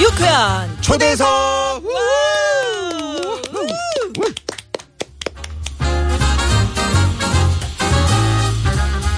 유쾌한 초대석.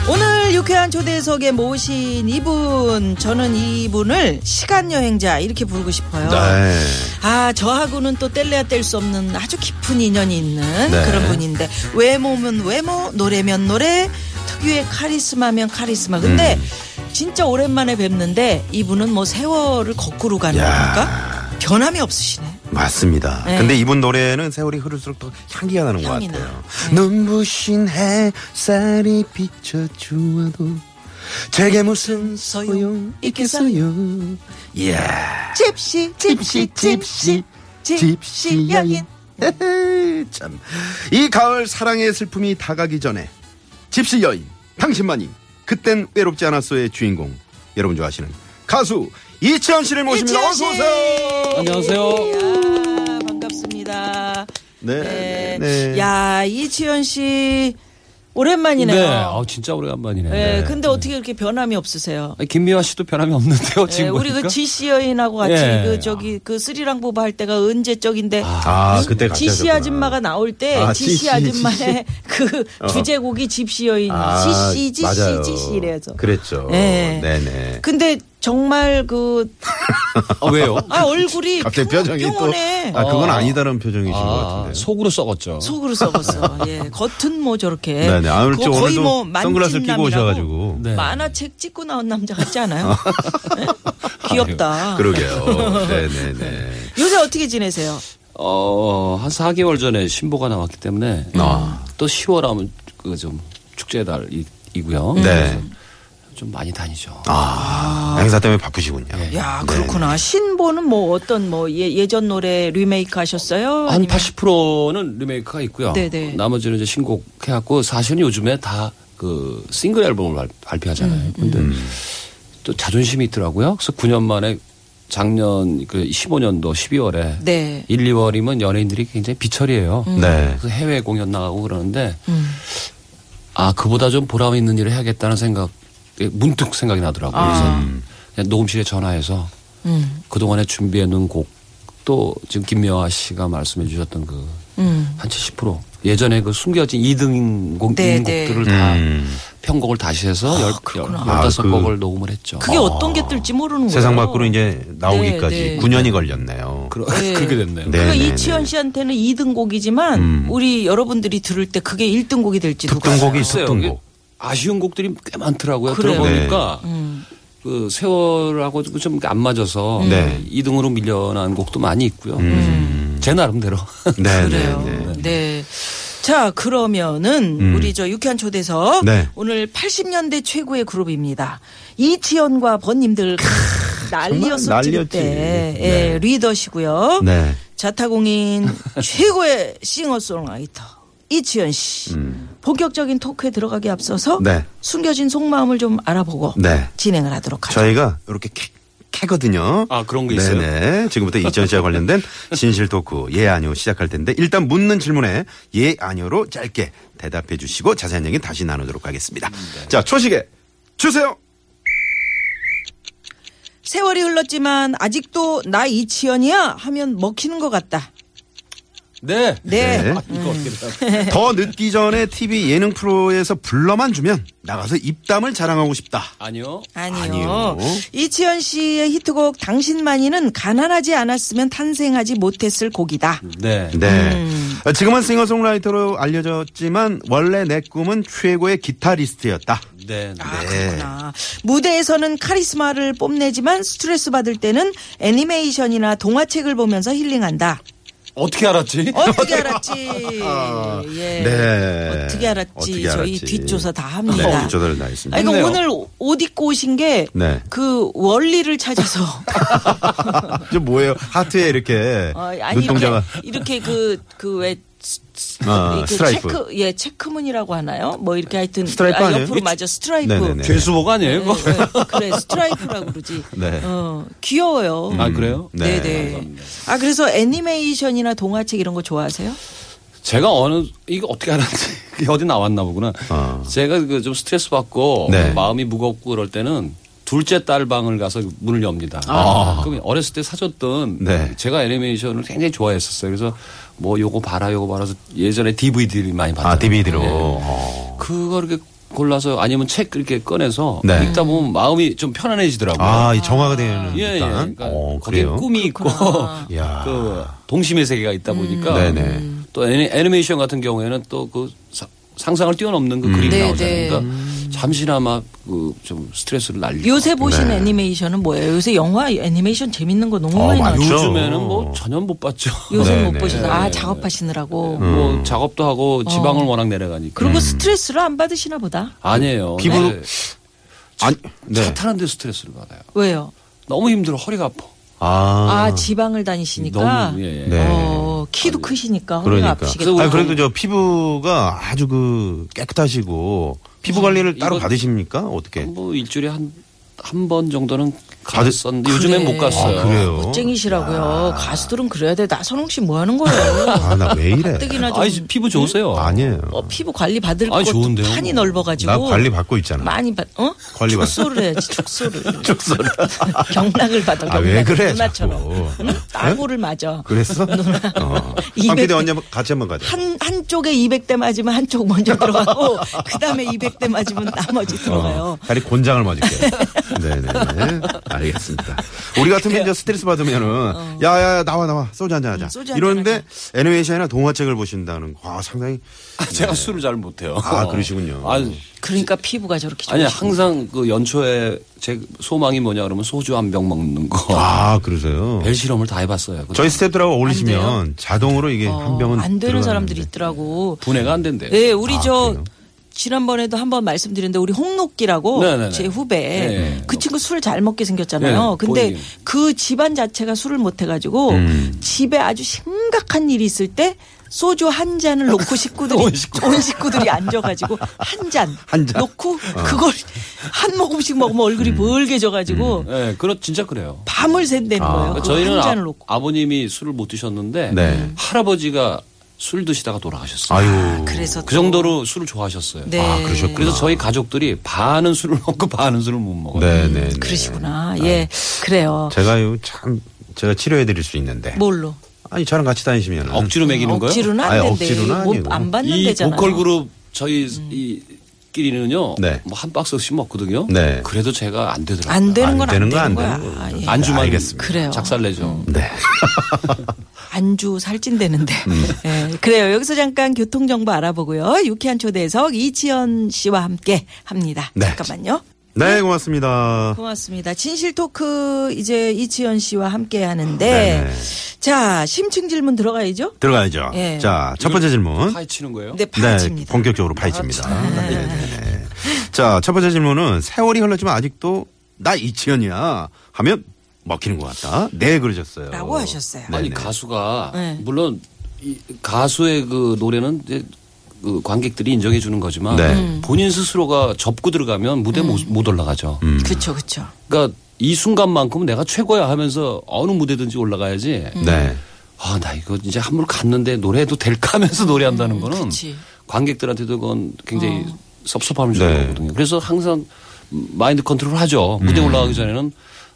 오늘 유쾌한 초대석에 모신 이분 저는 이분을 시간 여행자 이렇게 부르고 싶어요. 네. 아 저하고는 또 뗄래야 뗄 수 없는 아주 깊은 인연이 있는 네. 그런 분인데 외모면 외모 노래면 노래 특유의 카리스마면 카리스마 근데 음. 진짜 오랜만에 뵙는데 이분은 뭐 세월을 거꾸로 가는 야. 겁니까? 변함이 없으시네. 맞습니다. 네. 근데 이분 노래는 세월이 흐를수록 더 향기가 나는 것 향이 같아요. 네. 나요. 눈부신 햇살이 비춰주어도 제게 무슨 소용 있겠어요. 이야. 집시 집시 집시 집시 여인 에헤이, 참. 이 가을 사랑의 슬픔이 다가기 전에 집시 여인 당신만이 그땐 외롭지 않았어의 주인공 여러분 좋아하시는 가수 이치현 씨를 모십니다. 이치현 어서 오세요. 안녕하세요. 이야, 반갑습니다. 네, 아, 네. 네. 야 이치현 씨 오랜만이네요. 어, 네, 아, 진짜 오래간만이네. 네, 네. 근데 어떻게 이렇게 변함이 없으세요? 아니, 김미화 씨도 변함이 없는데요, 네, 지금. 우리 그 보니까? 지씨 여인하고 같이 예. 그 저기 그 스리랑 부부 할 때가 언제적인데 네. 아, 그때 같이 지씨 하셨구나. 아줌마가 나올 때 아, 지씨, 지씨 아줌마의 그 어. 주제곡이 집시 여인 아, 지씨 지씨 맞아요. 지씨 이래서 그랬죠. 예. 네네. 근데 정말 그 아, 왜요? 아, 얼굴이 갑자기 평- 표정이 또. 평온해. 아, 그건 아. 아니다라는 표정이신 것 아, 같은데. 속으로 썩었죠. 속으로 썩었어. 예. 겉은 뭐 저렇게. 아. 네네. 아무래도 그거 거의 오늘도 뭐 선글라스를 끼고 만찢남이라고 오셔가지고. 네. 만화책 찍고 나온 남자 같지 않아요? 네? 귀엽다. 아. 그러게요. 네네네. 요새 어떻게 지내세요? 어, 한 4개월 전에 신보가 나왔기 때문에 아. 또 10월 하면 그 좀 축제 달이고요. 네. 좀 많이 다니죠. 아, 행사 때문에 바쁘시군요. 야, 네. 그렇구나. 신보는 뭐 어떤 뭐 예, 전 노래 리메이크 하셨어요? 한 아니면- 80%는 리메이크가 있고요. 네네. 나머지는 이제 신곡 해갖고 사실은 요즘에 다 그 싱글 앨범을 발- 음, 발표하잖아요. 근데 또 자존심이 있더라고요. 그래서 9년 만에 작년 그 15년도 12월에 네. 1, 2월이면 연예인들이 굉장히 비철이에요. 네. 그래서 해외 공연 나가고 그러는데 음. 아 그보다 좀 보람 있는 일을 해야겠다는 생각 예, 문득 생각이 나더라고요. 그래서 그냥 녹음실에 전화해서 아. 음. 그동안에 준비해 놓은 곡 또 지금 김미화 씨가 말씀해 주셨던 그 한 음. 70% 예전에 그 숨겨진 2등 곡 네, 네. 곡들을 다 음. 편곡을 다시 해서 열 그렇구나. 15 아, 그- 곡을 녹음을 했죠. 그게 어떤 게 뜰지 뭐 모르는 거예요. 아. 세상 밖으로 이제 나오기까지 네, 네. 9년이 걸렸네요. 그러, 네. 그렇게 됐네요. 네, 그러니까 네, 이치현 네. 씨한테는 2등곡이지만 음. 우리 여러분들이 들을 때 그게 1등곡이 될지 누가 특등곡이 알아요. 글쎄요, 있었던 곡. 아쉬운 곡들이 꽤 많더라고요. 그래요? 들어보니까 음. 그 세월하고 좀 안 맞아서 네. 이등으로 밀려난 곡도 많이 있고요. 음. 제 나름대로. 네, 그래요. 네, 네. 네. 자, 그러면은 음. 우리 저 유쾌한 초대석 네. 오늘 80년대 최고의 그룹입니다. 이치현과 번님들 난리였을 난리였지. 때 네. 예, 리더시고요. 네. 자타공인 최고의 싱어송라이터 이치현 씨. 음. 본격적인 토크에 들어가기 앞서서 네. 숨겨진 속마음을 좀 알아보고 네. 진행을 하도록 하죠. 저희가 이렇게 캐, 캐거든요. 아, 그런 게 있어요? 네네. 지금부터 이천 씨와 관련된 진실 토크 예 아니오 시작할 텐데 일단 묻는 질문에 예 아니오로 짧게 대답해 주시고 자세한 얘기는 다시 나누도록 하겠습니다. 음, 네. 자, 초식에 주세요. 세월이 흘렀지만 아직도 나 이치현이야 하면 먹히는 것 같다. 네. 네. 네. 아, 이거 어떻게 돼요? 더 늦기 전에 TV 예능 프로에서 불러만 주면 나가서 입담을 자랑하고 싶다. 아니요. 아니요. 아니요. 이치현 씨의 히트곡 당신만이는 가난하지 않았으면 탄생하지 못했을 곡이다. 네. 네. 음. 어, 지금은 싱어송라이터로 알려졌지만 원래 내 꿈은 최고의 기타리스트였다. 네. 아, 네. 그렇구나. 무대에서는 카리스마를 뽐내지만 스트레스 받을 때는 애니메이션이나 동화책을 보면서 힐링한다. 어떻게 알았지? 어떻게 알았지? 예. 네. 어떻게 알았지? 어떻게 저희 알았지? 뒷조사 다 합니다. 네, 뒷조사를 다 했습니다. 아니, 그러니까 했네요. 오늘 옷 입고 오신 게 그 네. 원리를 찾아서 저 아, 뭐예요? 하트에 이렇게 어, 아니, 눈동자가 이렇게, 이렇게 그, 그 왜. 스- 스- 아, 그 스트라이프. 체크 예 체크무늬라고 하나요? 뭐 이렇게 하여튼 스트라이프 아, 아니에요? 옆으로 맞아 스트라이프. 네네네. 음. 죄수복 아니에요? 네, 이거? 네, 그래 스트라이프라고 그러지. 네. 어 귀여워요. 아 그래요? 네. 네네. 아 그래서 애니메이션이나 동화책 이런 거 좋아하세요? 제가 어느 이거 어떻게 알았지? 이게 어디 나왔나 보구나. 아. 제가 그 좀 스트레스 받고 네. 마음이 무겁고 그럴 때는 둘째 딸 방을 가서 문을 엽니다. 그럼 어렸을 때 사줬던 아. 네. 제가 애니메이션을 굉장히 좋아했었어요. 그래서 뭐 요거 봐라 요거 봐라 서 예전에 DVD를 많이 봤어요. 네. 아, DVD로. 네. 어. 그걸 이렇게 골라서 아니면 책 이렇게 꺼내서 네. 읽다 보면 마음이 좀 편안해지더라고요. 아, 이 정화가 되는. 예, 예. 듯한? 그러니까 어, 거기에 그래요. 꿈이 있고 이야. 그 동심의 세계가 있다 음. 보니까 네네. 또 애니, 애니메이션 같은 경우에는 또 그 상상을 뛰어넘는 그 그림이 네, 네. 나오잖아요. 그러니까 잠시나마 그 좀 스트레스를 날리고 요새 보신 네. 애니메이션은 뭐예요? 요새 영화 애니메이션 재밌는 거 너무 어, 많이 많죠. 어. 나와요. 요즘에는 뭐 전혀 못 봤죠. 요새 네, 못 네. 보시나? 아 작업하시느라고. 뭐 음. 작업도 하고 지방을 워낙 내려가니까 어. 음. 그리고 스트레스를 안 받으시나 보다. 아니에요. 피부- 네. 아니, 차 네. 타는데 스트레스를 받아요. 왜요? 너무 힘들어 허리가 아파. 아. 아, 지방을 다니시니까. 너무 예. 아, 예. 네. 어, 키도 크시니까 허리가 그러니까. 아프시겠다. 그래서 아, 그래도 저 피부가 아주 그 깨끗하시고 피부 음, 관리를 따로 이거- 받으십니까? 어떻게? 뭐 일주일에 한 한 번 정도는 받을- 갔었는데 요즘엔 그래. 못 갔어요. 아, 그래요. 멋쟁이시라고요. 가수들은 그래야 돼. 나선홍 씨 뭐 하는 거예요? 아, 나 왜 이래? 가뜩이나 좀 아니, 피부 좋으세요. 아니에요. 어, 피부 관리 받을 아니, 것도 좋은데요. 판이 넓어가지고 나 관리 받고 있잖아. 많이 받 어? 관리 받- 축소를 해야지 축소를. 축소를. 경락을 받아. 아, 왜 그래, 누나처럼. 자꾸. 예? 응? 따고를 맞아. 그랬어? 어. 이백- 황피디 언니 한번 같이 한번 가자. 한, 한쪽에 200대 맞으면 한쪽 먼저 들어가고, 그 다음에 200대 맞으면 나머지 들어가요. 다리 곤장을 맞을게요. 네네네. 알겠습니다. 우리 같으면 이제 스트레스 받으면은, 야, 야, 야, 나와, 나와. 소주 한잔 하자. 어. 음, 소주 한잔 이러는데 애니메이션이나 동화책을 보신다는 거, 아, 상당히. 제가 술을 잘 못해요. 네. 아, 그러시군요. 아, 그러니까 피부가 저렇게 아니 좋으시구나. 항상 그 연초에 제 소망이 뭐냐 그러면 소주 한 병 먹는 어. 거. 아, 그러세요. 벨 실험을 다 해봤어요. 저희 스텝들하고 어울리시면 자동으로 이게 한 병은. 안 되는 들어가는데. 사람들이 있더라고. 분해가 안 된대. 예, 우리 아, 저 그래요? 지난번에도 한번 말씀드렸는데 우리 홍록기라고 네네네. 제 후배 네. 그 친구 술 잘 먹게 생겼잖아요. 네, 근데 보이긴. 그 집안 자체가 술을 못 해가지고 음. 집에 아주 심각한 일이 있을 때 소주 한 잔을 놓고 식구들이 온, 식구. 들이 앉아가지고 한 잔 한 잔. 놓고 어. 그걸 한 모금씩 먹으면 얼굴이 음. 벌게 져가지고 예, 그렇 진짜 그래요. 밤을 샌다는 거예요. 그 저희는 한 아, 잔을 놓고 아버님이 술을 못 드셨는데 네. 할아버지가 술 드시다가 돌아가셨어요. 아유. 그래서 그 정도로 술을 좋아하셨어요. 네. 아, 그러셨구나. 그래서 저희 가족들이 반은 술을 먹고 반은 술을 못 먹어요. 네네. 또 그러시구나. 예, 그래요. 제가요, 참, 제가 치료해드릴 수 있는데. 뭘로? 아니, 저랑 같이 다니시면. 억지로 먹이는 거예요? 음, 억지로는 아니, 안 된대. 억지로는 아니고. 못안 받는 이 데잖아요. 음. 보컬 그룹 저희 이끼리는요. 네. 뭐 한 박스씩 먹거든요. 네. 그래도 제가 안 되더라고요. 안 되는 건 안 되는 되는, 건 안 거야. 되는 아, 예. 안주만 알겠습니다. 그래요. 음. 작살 내죠. 네. 안주 살찐대는데. 음. 예, 그래요. 여기서 잠깐 교통 정보 알아보고요. 유쾌한 초대석 이치현 씨와 함께 합니다. 네. 잠깐만요. 네, 고맙습니다. 고맙습니다. 진실 토크 이제 이치현 씨와 함께 하는데 네네. 자 심층 질문 들어가야죠. 들어가야죠. 예. 자, 첫 번째 질문. 파헤치는 거예요? 네, 네, 파헤칩니다. 본격적으로 파헤칩니다. 네, 네, 네. 자, 첫 번째 질문은 세월이 흘렀지만 아직도 나 이치현이야 하면 먹히는 것 같다. 네, 그러셨어요. 라고 하셨어요. 아니 네네. 가수가 네. 물론 이 가수의 그 노래는 이제 그 관객들이 인정해 주는 거지만 네. 음. 본인 스스로가 접고 들어가면 무대 못, 음. 못 올라가죠. 음. 그렇죠, 그렇죠. 그러니까 이 순간만큼은 내가 최고야 하면서 어느 무대든지 올라가야지. 음. 네. 아, 나 이거 이제 한물 갔는데 노래해도 될까 하면서 음. 노래한다는 거는 음. 그치. 관객들한테도 그건 굉장히 섭섭함을 주는 네. 거거든요. 그래서 항상 마인드 컨트롤 하죠. 무대 올라가기 전에는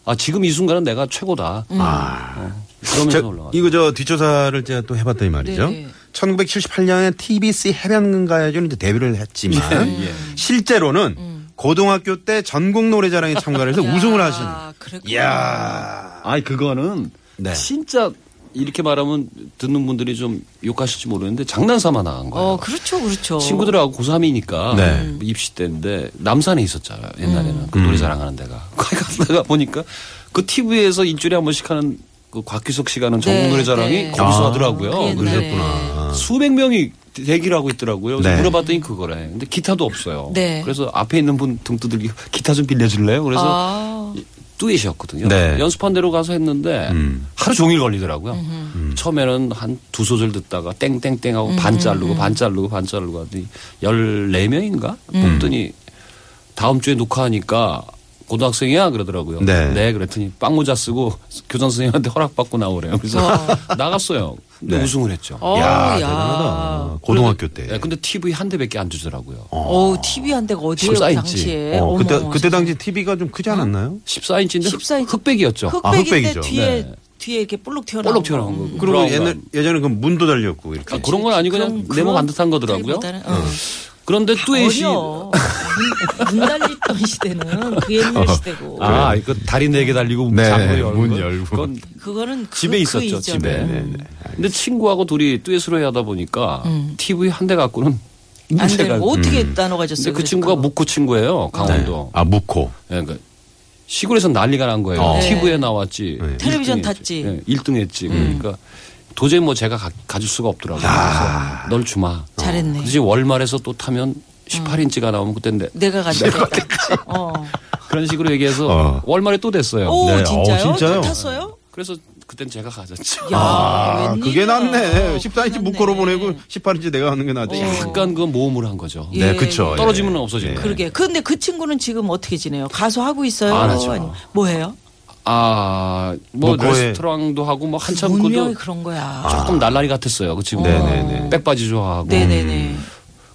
아, 지금 이 순간은 내가 최고다. 어. 아. 그러면서 저, 올라가. 이거 저 뒷조사를 제가 또 해봤더니 말이죠. 네. 1978년에 TBC 해변가에서 이제 데뷔를 했지만 예, 음. 예. 실제로는 고등학교 때 전국 노래자랑에 참가를 해서 우승을 하신. 아, 그랬구나. 이야. 아니 그거는 네. 진짜 이렇게 말하면 듣는 분들이 좀 욕하실지 모르는데 장난삼아 나간 거예요. 어, 그렇죠, 그렇죠. 친구들하고 고3이니까 네. 음. 입시 때인데 남산에 있었잖아요. 옛날에는 그 노래 자랑하는 데가. 거기 갔다가 보니까 그 TV에서 일주일에 한 번씩 하는 그 곽규석 씨가 하는 전국 네, 노래자랑이 네. 거기서 아, 하더라고요. 그 그래서 옛날에. 그랬구나. 수백 명이 대기를 하고 있더라고요. 그래서 네. 물어봤더니 그거래. 근데 기타도 없어요. 네. 그래서 앞에 있는 분 등 두들기 기타 좀 빌려줄래요? 그래서 아. 듀엣이었거든요. 네. 연습한 대로 가서 했는데 음. 하루 종일 걸리더라고요. 처음에는 한 두 소절 듣다가 땡땡땡 음, 하고 반 자르고 반 자르고 반 자르고 하더니 14명인가? 음. 뽑더니 다음 주에 녹화하니까 고등학생이야 그러더라고요. 네. 그랬더니 빵모자 쓰고 교장 선생님한테 허락받고 나오래요. 그래서 나갔어요. 근데 네. 우승을 했죠. 어, 야, 야. 대단하다. 고등학교 때. 네, 근데 TV 한 대밖에 안 주더라고요. 어, TV 한 대가 어디예요, 그 식사인지. 당시에. 어, 어머, 그때 어머, 그때 당시 TV가 좀 어? 크지 않았나요? 14인치인데 14인치. 흑백이었죠. 흑백인데 아, 흑백이죠. 뒤에 네. 뒤에 이렇게 볼록 튀어나온 볼록 거. 튀어나온 거. 음. 그리고 브라운 옛날 거. 예전에 그 문도 달렸고 이렇게. 아, 그런 건 아니고 그냥 그런- 네모 그런 반듯한거더라고요 네. 타입보다는, 어. 그런데 뚜엣이 아, 어려. 문 달리던 시대는 그 옛날 시대고. 아, 이거 다리 네 개 달리고 네, 잠궈 열고 문 열고. 그건 그거는 그, 집에 그 있었죠, 이전에. 집에. 음. 근데 친구하고 둘이 듀엣으로 하다 보니까 TV 한 대 갖고는 음. 안 문제가 되는 거 어떻게 나눠 근데 가졌어요? 그 친구가 묵고 친구예요. 강원도. 아, 무코. 예, 그러니까 시골에서 난리가 난 거예요. 어. 네. TV에 나왔지. 네. 텔레비전 1등 했지. 탔지. 음. 예, 1등 했지. 그러니까 도저히 뭐 제가 가, 질 수가 없더라고요. 아. 그래서 널 주마. 잘했네. 그지 월말에서 또 타면 18인치가 나오면 그때인데 내가 가졌다. 어. 그런 식으로 얘기해서 어. 월말에 또 됐어요. 오 네, 진짜요? 어, 진짜요? 저 탔어요? 그래서 그땐 제가 가졌죠. 야, 아, 웬일이야. 그게 낫네. 14인치 아, 큰일 무코로 났네. 보내고 18인치 내가 하는 게 낫지. 약간 그 모험을 한 거죠. 예. 네, 그쵸. 떨어지면 없어지는 예. 거예요. 그러게. 근데 그 친구는 지금 어떻게 지내요? 가수 하고 있어요? 안 하죠. 아니면 뭐 해요? 아, 뭐뭐 거의- 레스토랑도 하고 뭐 한참 아. 분명히 그도 그런 거야. 조금 날라리 같았어요. 그 친구. 아. 네네네. 백바지 좋아하고. 음. 네네네.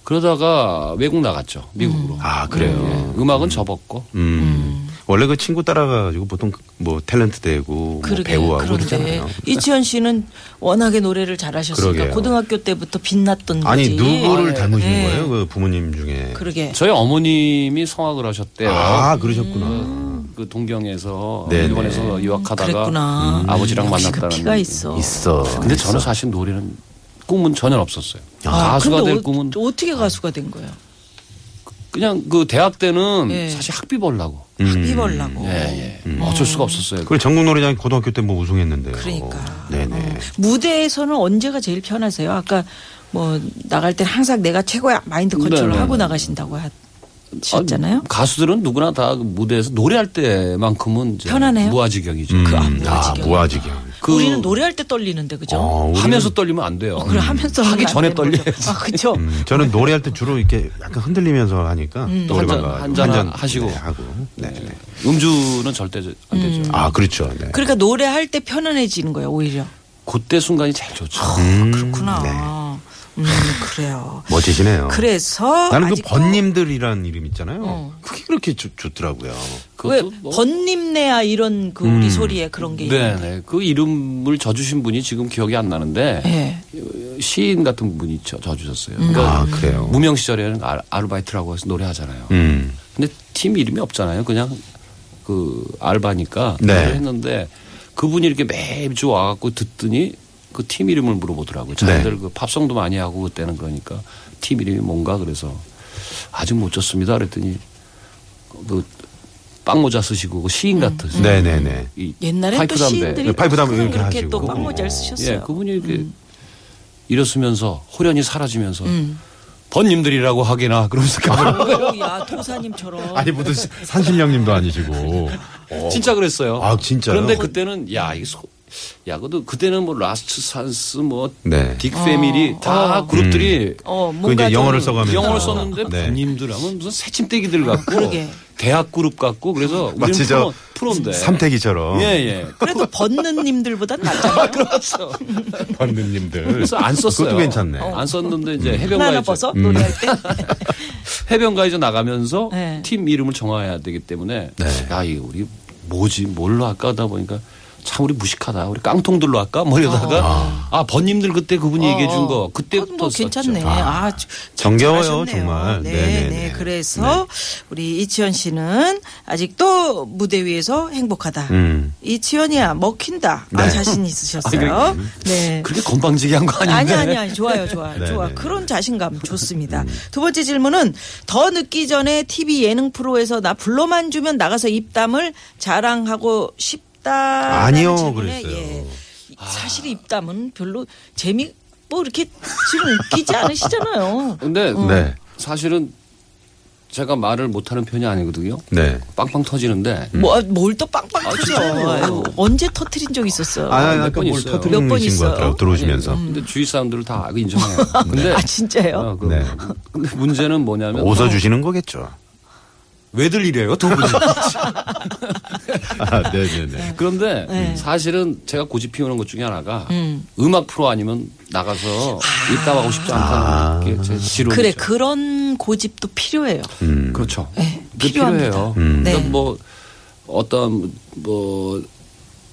그러다가 외국 나갔죠. 미국으로. 아, 그래요? 예. 음악은 접었고. 음. 원래 그 친구 따라가지고 보통 뭐 탤런트 되고 뭐 그러게 배우하고 그런데 그러잖아요. 이치현 씨는 워낙에 노래를 잘하셨으니까 그러게요. 고등학교 때부터 빛났던 거지. 아니 누구를 네. 닮으신 네. 거예요? 그 부모님 중에. 그러게. 저희 어머님이 성악을 하셨대요. 아 그러셨구나. 그 동경에서 네네. 일본에서 유학하다가 그랬구나. 음, 아버지랑 역시 그 만났다는 피가 얘기. 있어. 있어. 근데 저는 사실 노래는 꿈은 전혀 없었어요. 아, 가수가 그런데 될 어- 꿈은 아. 어떻게 가수가 된 거예요? 그냥 그 대학 때는 예. 사실 학비 벌라고. 음. 입을라고. 예, 예. 어쩔 수가 없었어요. 그리고 전국 노래장 고등학교 때 뭐 우승했는데요. 그러니까. 예. 네네. 무대에서는 언제가 제일 편하세요? 아까 뭐 나갈 때 항상 내가 최고야 마인드 컨트롤 네네. 하고 나가신다고 하셨잖아요. 아, 가수들은 누구나 다그 무대에서 노래할 때만큼은 이제 편하네요. 무아지경이죠. 음. 그 앞- 아 무아지경. 무아지경. 그 우리는 노래할 때 떨리는데 그죠? 어, 우리는- 하면서 떨리면 안 돼요. 그럼 하면서 하면 하기 안 전에 되는 거죠. 떨려야지. 아 그죠. 음, 저는 노래할 때 주로 이렇게 약간 흔들리면서 하니까 음, 또 노래방 한잔- 가가지고 한잔 한잔 하시고. 네, 하고. 네. 네. 음주는 절대 안 되죠. 아 그렇죠. 네. 그러니까 노래할 때 편안해지는 거예요 오히려. 그때 순간이 제일 좋죠. 아. 음, 그렇구나. 네. 음 그래요. 멋지시네요. 그래서 나는 그 아직도 어. 번님들이라는 이름 있잖아요. 그게 그렇게 좋, 좋더라고요. 왜 그것도 뭐- 번님네야 이런 그 음. 우리 소리에 그런 게 있는데. 네네. 그 이름을 져주신 분이 지금 기억이 안 나는데 예. 시인 같은 분이 저, 져주셨어요. 음. 아 그러니까 그래요. 무명 시절에는 아, 아르바이트라고 해서 노래하잖아요. 음. 근데 팀 이름이 없잖아요. 그냥 그 알바니까 네. 노래를 했는데 그분이 이렇게 매주 와갖고 듣더니 그 팀 이름을 물어보더라고요. 네. 자기들 그 팝송도 많이 하고 그때는 그러니까 팀 이름이 뭔가 그래서 아직 못 졌습니다. 그랬더니 그 빵모자 쓰시고 그 시인 같은 네네네. 이 음, 옛날에 또 파이프 담배. 시인들이 네, 파이프 담배 그렇게 이렇게 하시고. 또 빵모자를 쓰셨어요. 음. 예, 그분이 이렇게 일었으면서 호련히 사라지면서 음. 번님들이라고 하기나 그러면서 가버려. 어우, 야 도사님처럼. 아니 뭐. 무슨 시- 산신령님도 아니시고. 진짜 그랬어요. 아, 진짜요? 그런데 그때는 야 이게 소, 야 그도 그때는 뭐 라스트 산스 뭐딕 네. 패밀리 다 그룹들이 어 그 뭔가 이제 영어를 좀 써가면서 영어를 썼는데 네. 번님들하면 무슨 새침대기들 같고 아, 그러게. 대학 그룹 같고 그래서 우리는 마치 저 프로, 프로인데 삼태기처럼 예예. 그래도 벗는님들보단 낫잖아요. 그래서 번느님들. 그래서 안 썼어요. 그것도 괜찮네. 음. 안 썼는데 이제 하나 해변가에서 벗어 노래할 때. 해변가에서 나가면서 네. 팀 이름을 정해야 되기 때문에 네. 야 이거 우리 뭐지 뭘로 할까 하다 보니까 참 우리 무식하다 우리 깡통들로 할까 뭐 이러다가 아 번님들 그때 그분이 얘기해 준 거 그때부터 어. 그건 뭐 괜찮네. 썼죠. 아, 주- 정겨워요, 잘하셨네요. 정말. 네, 네네네. 네. 네, 그래서 우리 이치현 씨는 아직도 무대 위에서 행복하다. 음. 이치현이야 먹힌다. 아, 네. 아, 자신 있으셨어요. 네. 그렇게 건방지게 한 거 아닌데 아니 아니 아니 좋아요 좋아 네, 음. 좋아 네, 그런 자신감 좋습니다 두 번째 질문은 더 늦기 전에 TV 예능 프로에서 나 불러만 주면 나가서 입담을 자랑하고 싶다 없다. 아니요, 그랬어요. 아. 예. 사실 입담은 별로 재미 뭐 이렇게 지금 웃기지 않으시잖아요. 근데 네. 사실은 제가 말을 못하는 편이 아니거든요. 네. 빵빵 터지는데 음. 뭐 뭘 또 빵빵 터져. 음. 아, 진짜요? 언제 터트린 적 있었어요? 아, 몇 까 번 음, 뭘 있어요. 몇번 터트리신 것 있어요? 같더라고 들어오시면서. 근데 주위 사람들을 다 아, 인정해요. 근데 음. 아, 진짜요? 어, 그- 네. 근데 문제는 뭐냐면 웃어 주시는 거겠죠. 왜들 이래요, 두 분이? 아, 네, 네, 네. 그런데 사실은 제가 고집 피우는 것 중에 하나가 음. 악 프로 아니면 나가서 입담하고 싶지 아. 않다는 게 제 지론이죠. 아. 그래 그런 고집도 필요해요. 음. 그렇죠. 네, 그게 필요합니다. 필요해요. 음. 그러니까 네. 뭐 어떤 뭐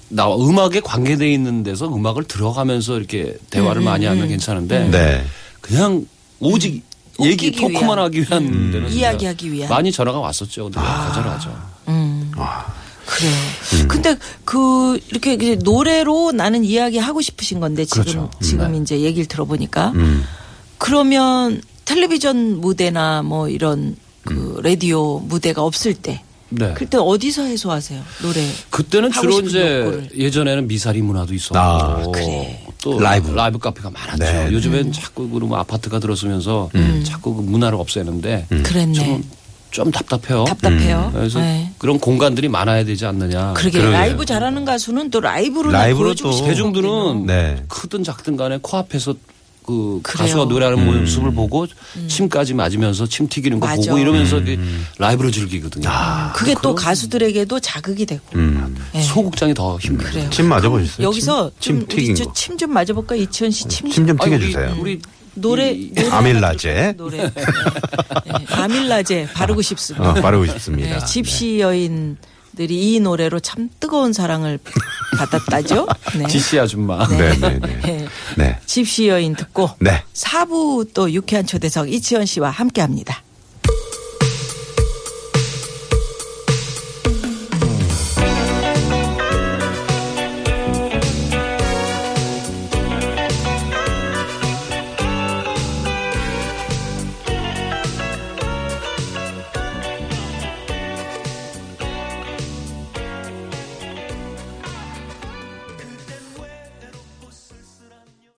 나와 음악에 관계돼 있는 데서 음악을 들어가면서 이렇게 음, 대화를 많이 하면 괜찮은데 네. 그냥 오직 얘기 웃기기 토크만 위한. 하기 위한 음. 데는 이야기하기 아. 위한. 많이 전화가 왔었죠. 근데 거절하죠. 그래요. 음. 근데 그 이렇게 이제 노래로 나는 이야기 하고 싶으신 건데 지금 그렇죠. 음, 지금 네. 이제 얘기를 들어보니까 음. 그러면 텔레비전 무대나 뭐 이런 그 라디오 무대가 없을 때 음. 네. 그때 어디서 해소하세요 노래? 그때는 하고 주로 싶은 이제 욕구를. 예전에는 미사리 문화도 있었고 아, 그래. 음. 또 라이브. 라이브. 카페가 많았죠. 네. 음. 요즘엔 자꾸 그러면 뭐 아파트가 들어서면서 자꾸 그 문화를 없애는데 그랬네. 음. 좀, 좀 답답해요. 음. 답답해요. 그래서 네. 그런 공간들이 많아야 되지 않느냐. 그러게 그러게요. 라이브 잘하는 가수는 또 라이브로 라이브로 보여주고 또 싶은 음. 대중들은 네. 크든 작든 간에 코앞에서 그 그래요. 음. 가수가 노래하는 음. 모습을 보고 침까지 맞으면서 침 튀기는 거 맞아. 보고 이러면서 이렇게 음. 라이브를 즐기거든요. 아. 그게 또 가수들에게도 자극이 되고 음. 네. 소극장이 더 힘들어요. 그래요. 침 맞아 보셨어요? 여기서 침, 좀 침 우리 튀긴 저 거. 침 좀 맞아볼까 이치현 씨침 침 좀 튀겨 아니, 주세요. 우리, 우리 노래 이- 노래 아밀라제. 노래 네. 네. 아밀라제 바르고 싶습니다. 어, 바르고 네, 싶습니다. 집시 여인들이 이 노래로 참 뜨거운 사랑을 받았다죠. 네. 지씨 아줌마. 네, 네, 네. 네. 네. 집시 여인 듣고 네. 사부 또 유쾌한 초대석 이치현 씨와 함께합니다.